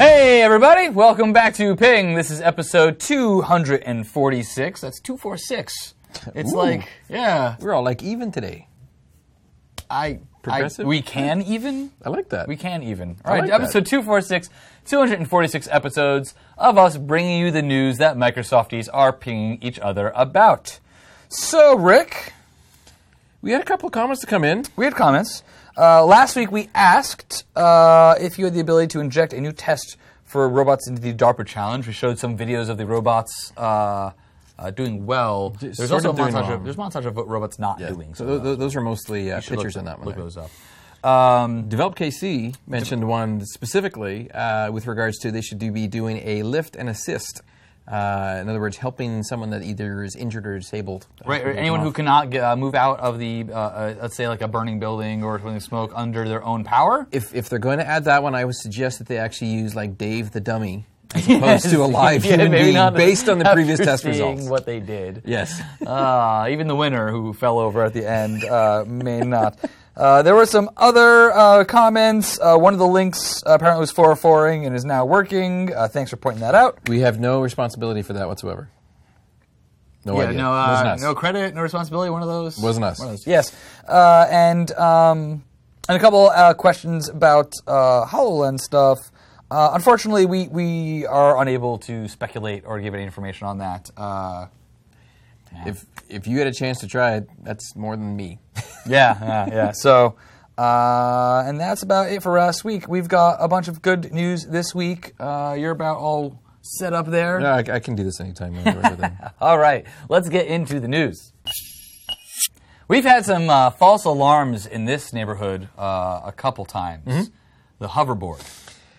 everybody. Welcome back to Ping. This is episode 246. That's 246. It's Ooh. like, yeah, We're all like even today. I. I Progressive? we can even. I like that. We can even. All right, like that. episode 246, 246 episodes of us bringing you the news that Microsofties are pinging each other about. So, Rick, we had a couple of comments to come in. we had comments. Uh, last week we asked uh, if you had the ability to inject a new test for robots into the DARPA challenge. We showed some videos of the robots uh, uh, doing well. Just There's sort also a of doing montage well. of, there's a montage of what robots not doing. So So tho- tho- those are mostly uh, you should pictures look, in that one. Look right? those up. Um, Develop KC mentioned one specifically uh, with regards to they should do be doing a lift and assist. Uh, in other words, helping someone that either is injured or disabled. uh, Right, or from anyone off. who cannot get, uh, move out of the, uh, uh, let's say, like a burning building or when they smoke under their own power. If, if they're going to add that one, I would suggest that they actually use like Dave the dummy as opposed to a live human maybe being not based on the after previous test seeing results. What they did. Yes. Ah, even the winner who fell over at the end uh, may not. Uh, there were some other uh, comments. Uh, one of the links uh, apparently was 404ing and is now working. Uh, thanks for pointing that out. we have no responsibility for that whatsoever. No idea. no, Wasn't uh, us. no credit, no responsibility. One of those Wasn't us. One of those. Yes, uh, and um, and a couple uh, questions about uh, Hololens stuff. Uh, unfortunately, we, we are unable to speculate or give any information on that. Uh, If if you had a chance to try it, that's more than me. Yeah, yeah, yeah. So, uh, and that's about it for last week. We've got a bunch of good news this week. Uh, you're about all set up there. No, I, I can do this anytime. I'm good with it. All right, let's get into the news. We've had some uh, false alarms in this neighborhood uh, a couple times. The hoverboard.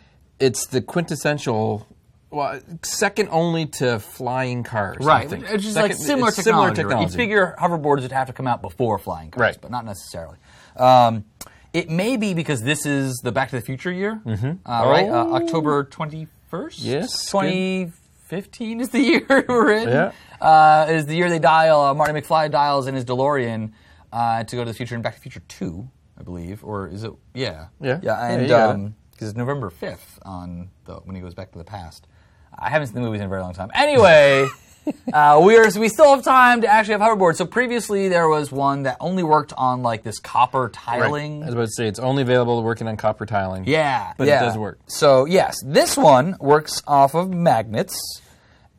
it's the quintessential, well, second only to flying cars. I Right, think. it's just Second- like similar it's technology. similar right? technology. You'd figure hoverboards would have to come out before flying cars, Right. but not necessarily. Um, it may be because this is the Back to the Future year, mm-hmm. uh, right? Uh, October twenty first. Oh. Yes, twenty fifteen is the year we're in. Yeah. Uh, is the year they dial uh, Marty McFly dials in his DeLorean uh, to go to the future in Back to the Future two, I believe, or is it? Yeah. Yeah. Yeah, Yeah, and you got it. um, because it's November 5th on the, when he goes back to the past. I haven't seen the movies in a very long time. Anyway, uh, we are we still have time to actually have hoverboards. So previously there was one that only worked on like this copper Right. tiling. I was about to say it's only available working on copper tiling. Yeah, But it yeah. does work. So yes, this one works off of magnets,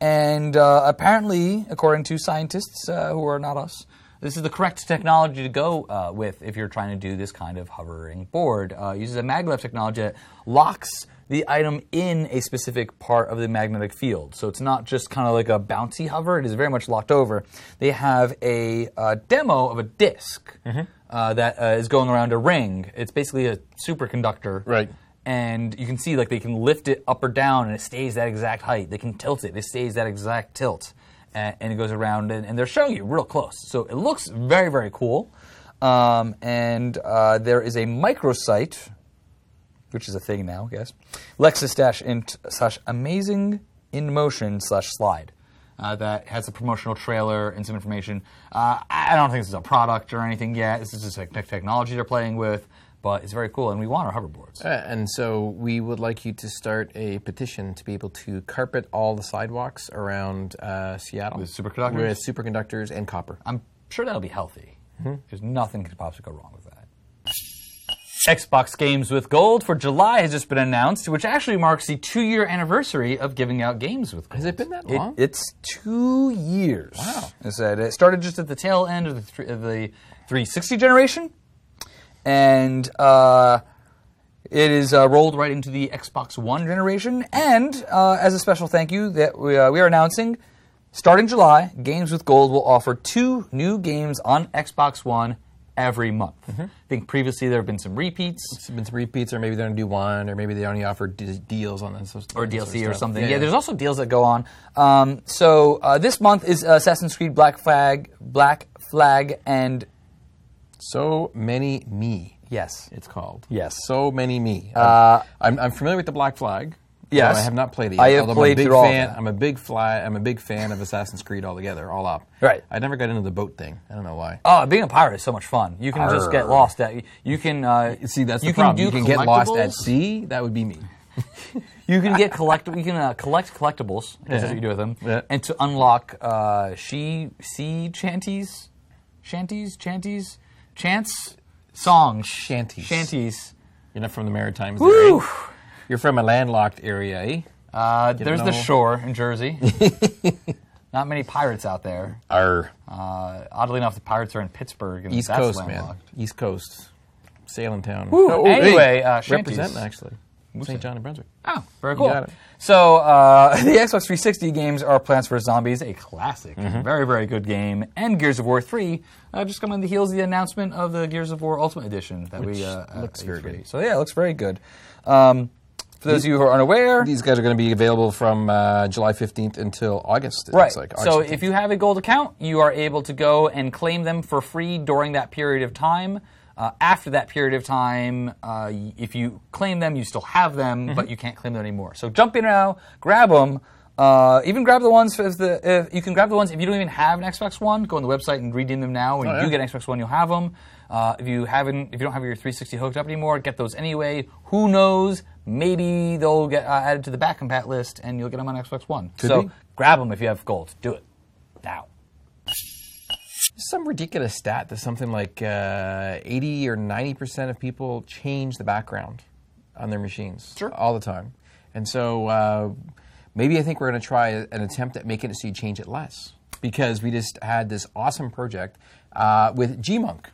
and uh, apparently, according to scientists uh, who are not us, this is the correct technology to go uh, with if you're trying to do this kind of hovering board. Uh, it uses a maglev technology that locks the item in a specific part of the magnetic field, so it's not just kind of like a bouncy hover. It is very much locked over. They have a uh, demo of a disk uh, that uh, is going around a ring. It's basically a superconductor, Right. and you can see like they can lift it up or down and it stays that exact height they can tilt it it stays that exact tilt and, and it goes around and, and they're showing you real close so it looks very very cool um, and uh, there is a microsite which is a thing now i guess lexus dash int slash amazing in motion slash slide uh, that has a promotional trailer and some information. Uh, I I don't think this is a product or anything yet. This is just like tech- technology they're playing with, but it's very cool, and we want our hoverboards. Uh, and so we would like you to start a petition to be able to carpet all the sidewalks around uh, Seattle With superconductors? with superconductors and copper. I'm sure that'll be healthy. There's nothing could possibly go wrong with that. Xbox Games with Gold for July has just been announced, which actually marks the two-year anniversary of giving out games with Gold. Has it been that It- long? it's two years. Wow. I said it started just at the tail end of the, thr of the 360 generation, and uh, it is uh, rolled right into the Xbox One generation. And uh, as a special thank you, that we, uh, we are announcing, starting July, Games with Gold will offer two new games on Xbox One every month. I think previously there have been some repeats. it's been some repeats, or maybe they don't do one, or maybe they only offer d- deals on this. sort- or that sort of DLC or stuff. something. Yeah, there's also deals that go on. Um, so uh, this month is Assassin's Creed Black Flag, Black Flag, and so many me. yes, It's called. Yes. So many me. Uh, I'm, I'm familiar with the Black Flag. Yes. although I have not played it. I yet, have although I'm a played big through all of fan- that. I'm a big fly. I'm a big fan of Assassin's Creed altogether, all up. Right. I never got into the boat thing. I don't know why. oh, being a pirate is so much fun. You can just get Arr. lost. At you can uh, See, that's you the problem. Can do you can get lost at collectibles. sea. That would be me. you can get collect. You can uh, collect collectibles. That's what you do with them. Yeah. And to unlock uh, she sea chanties, shanties, chanties, chants, songs, Shanties. shanties. You're not from the Maritimes, Woo! There, eh? You're from a landlocked area, eh? Uh, there's the know. shore in Jersey. Not many pirates out there. Arr. Uh, oddly enough, the pirates are in Pittsburgh. And East that's Coast, man. landlocked. East Coast. Salem town. Anyway, uh, shanties. representing actually. St. John, New Brunswick. Oh, very cool. got it. So uh, the Xbox 360 games are Plants vs. Zombies, a classic, Mm-hmm. very, very good game, and Gears of War 3, uh, just coming on the heels of the announcement of the Gears of War Ultimate Edition that we uh, at looks very E3. good. So yeah, it looks very good. Um, for those of you who are unaware, These guys are going to be available from uh, July 15th until August. It right? Looks like. so August 15th. if you have a gold account, you are able to go and claim them for free during that period of time. Uh, after that period of time, uh, y- if you claim them, you still have them, Mm-hmm. but you can't claim them anymore. So jump in now, grab them. Uh, even grab the ones if the if you can grab the ones if you don't even have an Xbox One. Go on the website and redeem them now. When you do Oh, yeah. get an Xbox One, you'll have them. Uh, if you haven't, if you don't have your 360 hooked up anymore, get those anyway. Who knows? Maybe they'll get uh, added to the back compat list, and you'll get them on Xbox One. so be. grab them if you have gold. Do it now. some ridiculous stat that something like uh, 80 or 90 percent of people change the background on their machines Sure. all the time, and so uh, maybe I think we're going to try an attempt at making it so you change it less because we just had this awesome project uh, with Gmonk.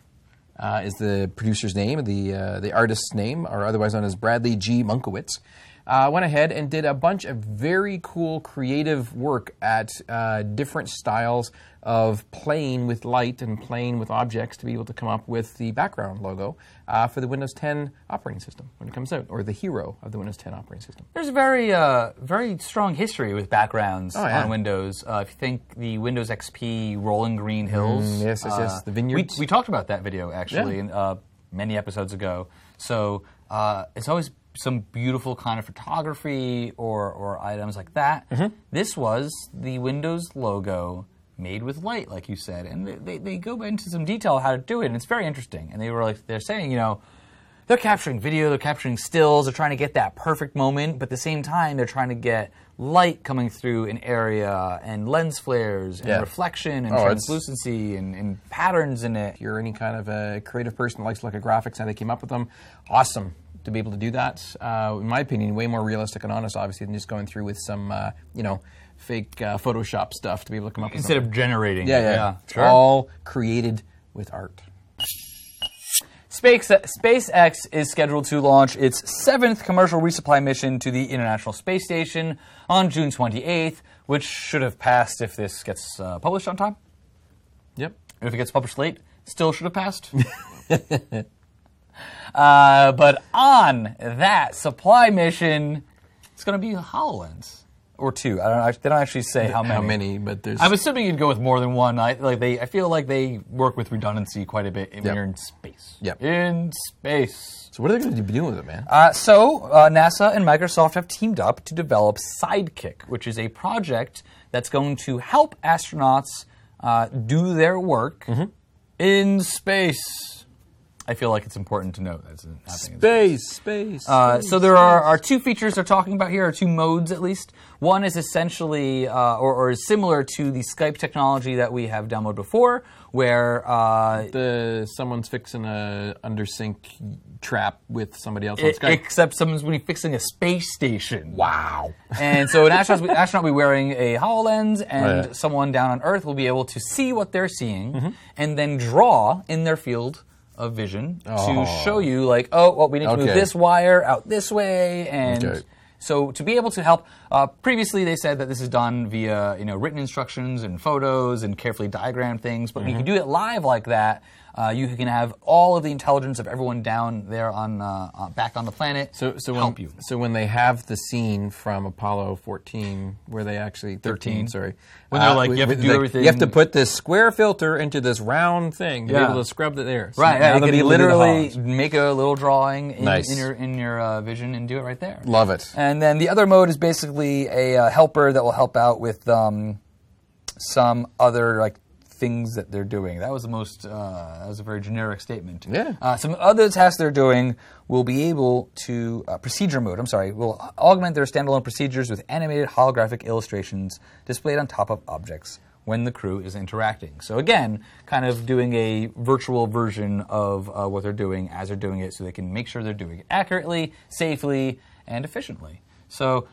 Uh, is the producer's name, the uh, the artist's name, or otherwise known as Bradley G. Munkowitz, uh, went ahead and did a bunch of very cool creative work at uh, different styles of playing with light and playing with objects to be able to come up with the background logo uh, for the Windows 10 operating system when it comes out, or the hero of the Windows 10 operating system. There's a very, uh, very strong history with backgrounds Oh, yeah. on Windows. Uh, if you think the Windows XP Rolling Green Hills, uh, Mm, yes, yes, yes, the vineyards. We, we talked about that video actually Yeah. in, uh, many episodes ago. So uh, it's always some beautiful kind of photography or, or items like that. Mm-hmm. This was the Windows logo made with light, like you said, and they, they, they go into some detail how to do it, and it's very interesting. And they were like, they're saying, you know they're capturing video, they're capturing stills, they're trying to get that perfect moment, but at the same time, they're trying to get light coming through an area and lens flares and Yeah. reflection and Oh, it's- translucency and, and patterns in it. If you're any kind of a creative person that likes to look at graphics and how they came up with them, awesome to be able to do that. Uh, in my opinion, way more realistic and honest, obviously, than just going through with some, uh, you know, fake uh, Photoshop stuff to be able to come up with Instead something. of generating, yeah, it. yeah, It's sure. all created with art. Space, SpaceX is scheduled to launch its seventh commercial resupply mission to the International Space Station on June 28th, which should have passed if this gets uh, published on time. Yep. If it gets published late, still should have passed. uh, but on that supply mission, it's going to be HoloLens or two. I don't. know. They don't actually say how many. How many? But there's I'm assuming you'd go with more than one. I like they. I feel like they work with redundancy quite a bit when Yep. you're in space. Yep. In space. so what are they going to be doing with it, man? Uh, so, uh, NASA and Microsoft have teamed up to develop Sidekick, which is a project that's going to help astronauts uh, do their work in space. I feel like it's important to note that's happening. in Space, space. uh, so there are, are two features they're talking about here, or two modes at least. One is essentially, uh, or, or is similar to the Skype technology that we have demoed before, where uh, the someone's fixing a under sink trap with somebody else on it, Skype. e except someone's going to be fixing a space station. wow. And so an astronaut, astronaut will be wearing a HoloLens, and Right. someone down on Earth will be able to see what they're seeing Mm-hmm. and then draw in their field of vision Oh. to show you, like, oh, well, we need to move Okay. this wire out this way. And Okay. so to be able to help, uh, previously they said that this is done via you know written instructions and photos and carefully diagrammed things, Mm-hmm. but when you can do it live like that. Uh, you can have all of the intelligence of everyone down there on uh, uh, back on the planet So, so when, help you. So when they have the scene from Apollo 14, where they actually 13, sorry, When they're like, with- you have to with- do like, everything- You have to put this square filter into this round thing to Yeah. be able to scrub it there. So Right. now Yeah, you they'll be can able to do the literally Hollows. make a little drawing in, Nice. in your in your uh, vision and do it right there. Love it. And then the other mode is basically a uh, helper that will help out with um, some other like things that they're doing. That was the most. Uh, that was a very generic statement. Yeah. Uh, some other tasks they're doing will be able to uh, procedure mode. I'm sorry, will augment their standalone procedures with animated holographic illustrations displayed on top of objects when the crew is interacting. So again, kind of doing a virtual version of uh, what they're doing as they're doing it, so they can make sure they're doing it accurately, safely, and efficiently. So.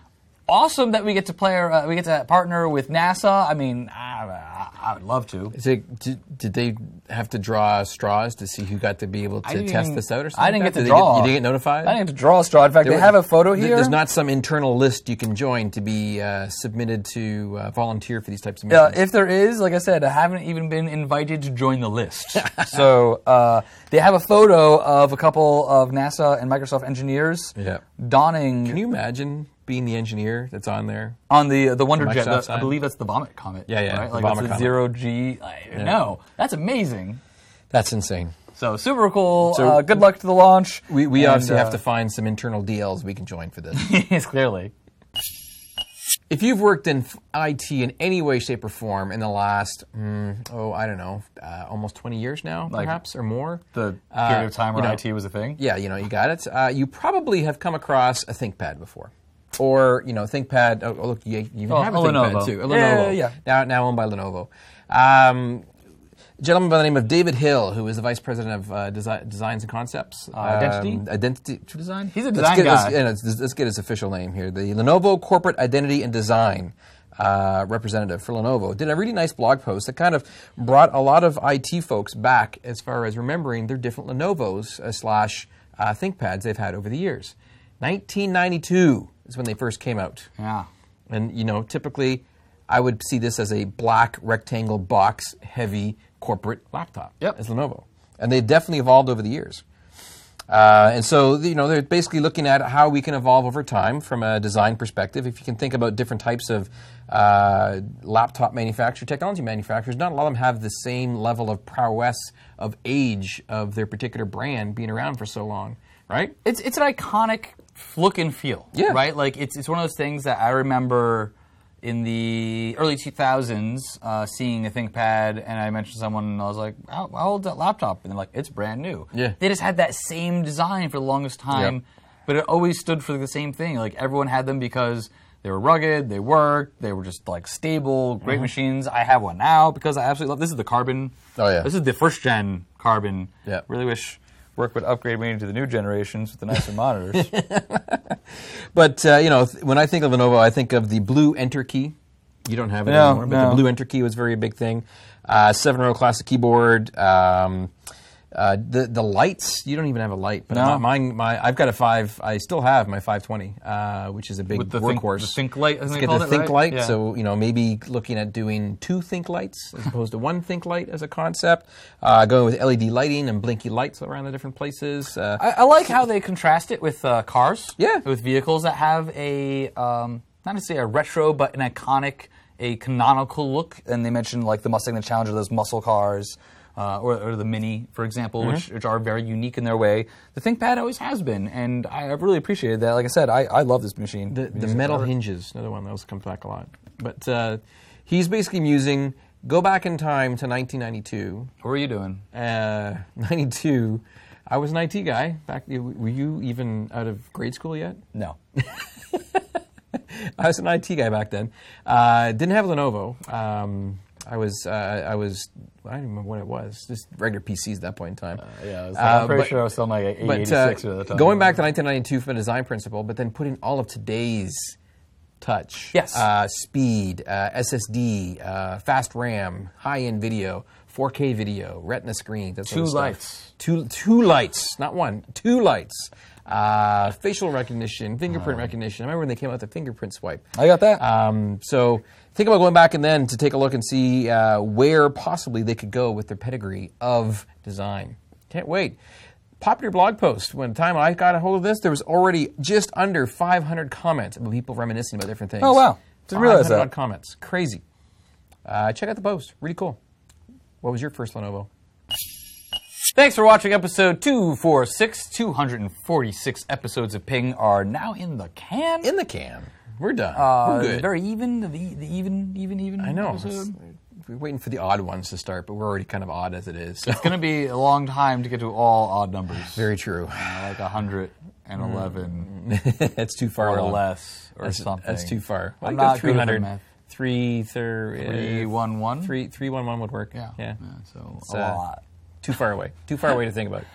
Awesome that we get to play. Uh, we get to partner with NASA. I mean, I, I, I would love to. Is it, did, did they have to draw straws to see who got to be able I to didn't test even- this out or something? Mm. I didn't like get that? to Did they draw. you didn't get notified? I didn't get to draw a straw. In fact, they were- have a photo th- here. There's not some internal list you can join to be uh, submitted to uh, volunteer for these types of Uh, missions. if there is, like I said, I haven't even been invited to join the list. so uh, they have a photo of a couple of NASA and Microsoft engineers Yeah. donning can you imagine being the engineer that's on there? on the the Wonder Jet. Microsoft that- I side? believe that's the Vomit Comet. Yeah, yeah, Right? the Like Vomit that's a Comet. zero G. I, No, that's amazing. That's insane. So super cool. So- uh, good luck to the launch. We, we And, obviously uh, have to find some internal DLs we can join for this. yes, clearly. if you've worked in f- IT in any way, shape, or form in the last, mm, oh, I don't know, uh, almost 20 years now, perhaps, or more. The uh, period of time where you know, IT was a thing. Yeah, you know, you got it. Uh, you probably have come across a ThinkPad before. Or, you know, ThinkPad, oh, oh, look, you, you even Oh, have a a ThinkPad Lenovo. too. A Yeah, Lenovo. yeah, yeah. Now, now owned by Lenovo. Um, a gentleman by the name of David Hill, who is the vice president of uh, Desi- Designs and Concepts. Identity? Um, identity Design? He's a Let's design get- let's- guy. yeah, let's, let's get his official name here. The Lenovo Corporate Identity and Design uh, representative for Lenovo did a really nice blog post that kind of brought a lot of IT folks back as far as remembering their different Lenovo's uh, slash uh, ThinkPads they've had over the years. 1992 is when they first came out. Yeah. And you know, typically, I would see this as a black rectangle box heavy corporate laptop Yep. as Lenovo, and they definitely evolved over the years. Uh, and so, you know, they're basically looking at how we can evolve over time from a design perspective. If you can think about different types of uh, laptop manufacturer, technology manufacturers, not a lot of them have the same level of prowess of age of their particular brand being around for so long, right? it's it's an iconic look and feel, Yeah. right? Like it's it's one of those things that I remember in the early 2000s uh, seeing a ThinkPad, and I mentioned to someone, and I was like, how, "How old's that laptop?" And they're like, "It's brand new." Yeah. they just had that same design for the longest time, Yep. but it always stood for the same thing. Like everyone had them because. They were rugged. They worked. They were just like stable, great Mm-hmm. machines. I have one now because I absolutely love. This is the carbon. Oh, yeah. This is the first gen carbon. Yeah. Really wish work would upgrade me to the new generations with the nicer monitors. But uh, you know, th- when I think of Lenovo, I think of the blue Enter key. You don't have it No, anymore, but no. the blue Enter key was very big thing. Uh, Seven-row classic keyboard. Um, uh, the the lights. You don't even have a light, but No. my, mine, my I've got a five. I still have my 520, uh, which is a big With the Think- workhorse. the Think light, I think Let's they get called the it, Think right? light. Yeah. So you know, maybe looking at doing two Think lights as opposed to one Think light as a concept. Uh, going with LED lighting and blinky lights around the different places. Uh, I, I like how they contrast it with uh, cars. Yeah. With vehicles that have a, um, not to say a retro, but an iconic, a canonical look. And they mentioned like the Mustang, the Challenger, those muscle cars, uh, or, or the Mini, for example, which, which are very unique in their way. The ThinkPad always has been, and I, I really appreciated that. Like I said, I, I love this machine. The, the metal hinges, another one that was comes back a lot. But uh, he's basically musing, go back in time to 1992. what were you doing? Uh, 92, I was an IT guy. Back, were you even out of grade school yet? No. I was an IT guy back then. Uh, didn't have Lenovo. Um, I was, uh, I was, I don't remember what it was. Just regular PCs at that point in time. Yeah, I was, I'm Uh, pretty but- sure I was on like But uh, going back to 1992 from a design principle, but then putting all of today's touch, Yes. uh, speed, uh, SSD, uh, fast RAM, high-end video, 4K video, Retina screens, that sort Two of stuff. lights. two two lights, not one, two lights. Uh, facial recognition, fingerprint recognition. I remember when they came out with the fingerprint swipe. I got that. Um, so think about going back and then to take a look and see uh, where possibly they could go with their pedigree of design. Can't wait. Popular blog post. When the time I got a hold of this, there was already just under 500 comments about people reminiscing about different things. Oh, wow. Didn't realize that. 500 odd comments. Crazy. Uh, check out the post. Really cool. What was your first Lenovo? Thanks for watching episode 246. 246 episodes of Ping are now in the can. In the can. We're done. Uh, We're good. Very even, the, the even, even, even I know. episode. It's- we're waiting for the odd ones to start, but we're already kind of odd as it is. So. It's going to be a long time to get to all odd numbers. Very true. Uh, like 111 That's too far. or along. less or Mm. That's, something. that's too far. I'm Well, not you go good at 300. math. Three, thir- Three, uh, one, one? Three, three, one, one would work. Yeah. yeah. so It's, a uh, lot. Too far away. Too far away to think about Ah. it.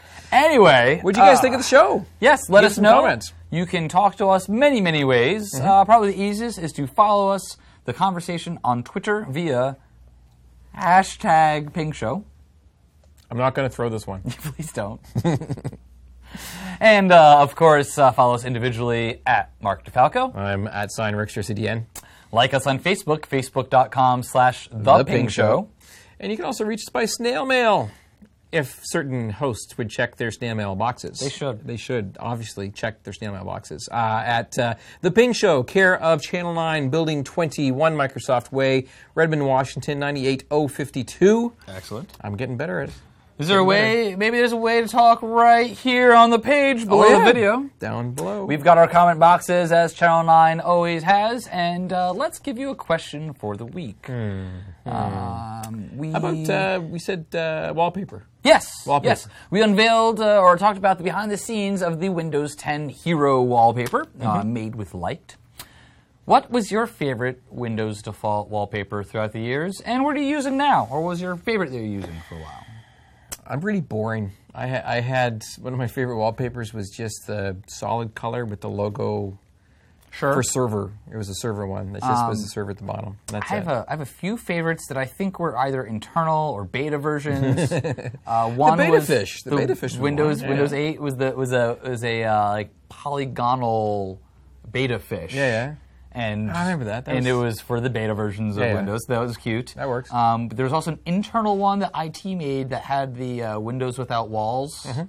Anyway. What'd you guys uh, think of the show? Yes, let Give us some know. comments. You can talk to us many, many ways. Uh, probably the easiest is to follow us, the conversation on Twitter via hashtag Ping Show. I'm not going to throw this one. Please don't. and uh, of course, uh, follow us individually at Mark DeFalco. I'm at sign Rickster CDN. Like us on Facebook, facebook.com slash The Ping Show. And you can also reach us by snail mail. If certain hosts would check their snail mail boxes, they should. They should obviously check their snail mail boxes uh, at uh, the Ping Show, care of Channel Nine, Building Twenty One, Microsoft Way, Redmond, Washington, ninety eight oh fifty two. Excellent. I'm getting better at it. Is there a way, maybe there's a way to talk right here on the page below Oh, yeah. the video. down below. We've got our comment boxes as Channel 9 always has, and uh, let's give you a question for the week. Um, we, Hmm. How about uh, we said uh, wallpaper? yes, wallpaper? yes. We unveiled uh, or talked about the behind the scenes of the Windows 10 Hero wallpaper uh, Mm-hmm. made with light. What was your favorite Windows default wallpaper throughout the years, and what are you using now, or what was your favorite that you're using for a while? I'm really boring. I, ha- I had one of my favorite wallpapers was just the solid color with the logo Sure. for server. It was a server one. That just was the server at the bottom. That's I have it. a, I have a few favorites that I think were either internal or beta versions. uh, one beta was fish. The beta fish was Windows one, yeah. Windows 8 was the was a was a uh, like polygonal beta fish. Yeah, yeah. And I remember that. That and was- it was for the beta versions Yeah, of yeah. Windows. That was cute. That works. Um, but there was also an internal one that IT made that had the uh, Windows without walls Mm-hmm.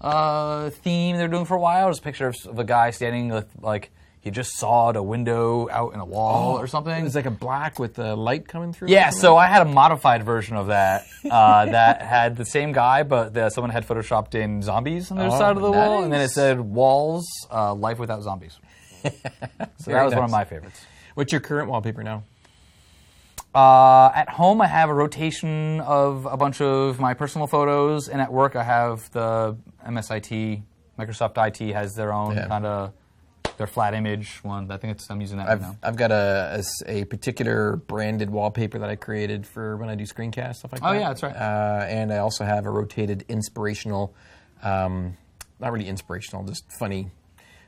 uh, theme they were doing for a while. It was a picture of, s- of a guy standing with like he just sawed a window out in a wall or something. Oh, It was like a black with the light coming through. or Yeah, something. so I had a modified version of that uh, that had the same guy, but the, someone had photoshopped in zombies on the other Oh, side of the wall, and then it nice. said "Walls, uh, Life Without Zombies." so that Very was one nice. of my favorites. What's your current wallpaper now? Uh, at home, I have a rotation of a bunch of my personal photos, and at work, I have the MSIT. Microsoft IT has their own Yeah. kind of their flat image one. I think it's, I'm using that I've right now. I've got a, a s- a particular branded wallpaper that I created for when I do screencasts stuff like Oh, that. yeah, that's right. Uh, and I also have a rotated inspirational, um, not really inspirational, just funny,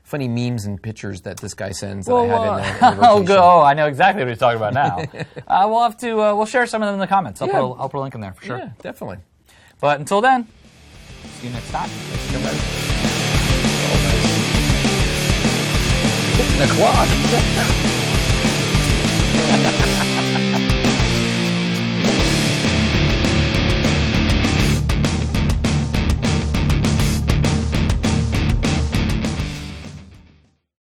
funny memes and pictures that this guy sends that I had in, the, in the oh, rotation. good. Oh, I know exactly what he's talking about now. uh, we'll have to. Uh, we'll share some of them in the comments. I'll, Yeah. put, a, I'll put a link in there for sure. Yeah, definitely. But until then, see you next time. The clock.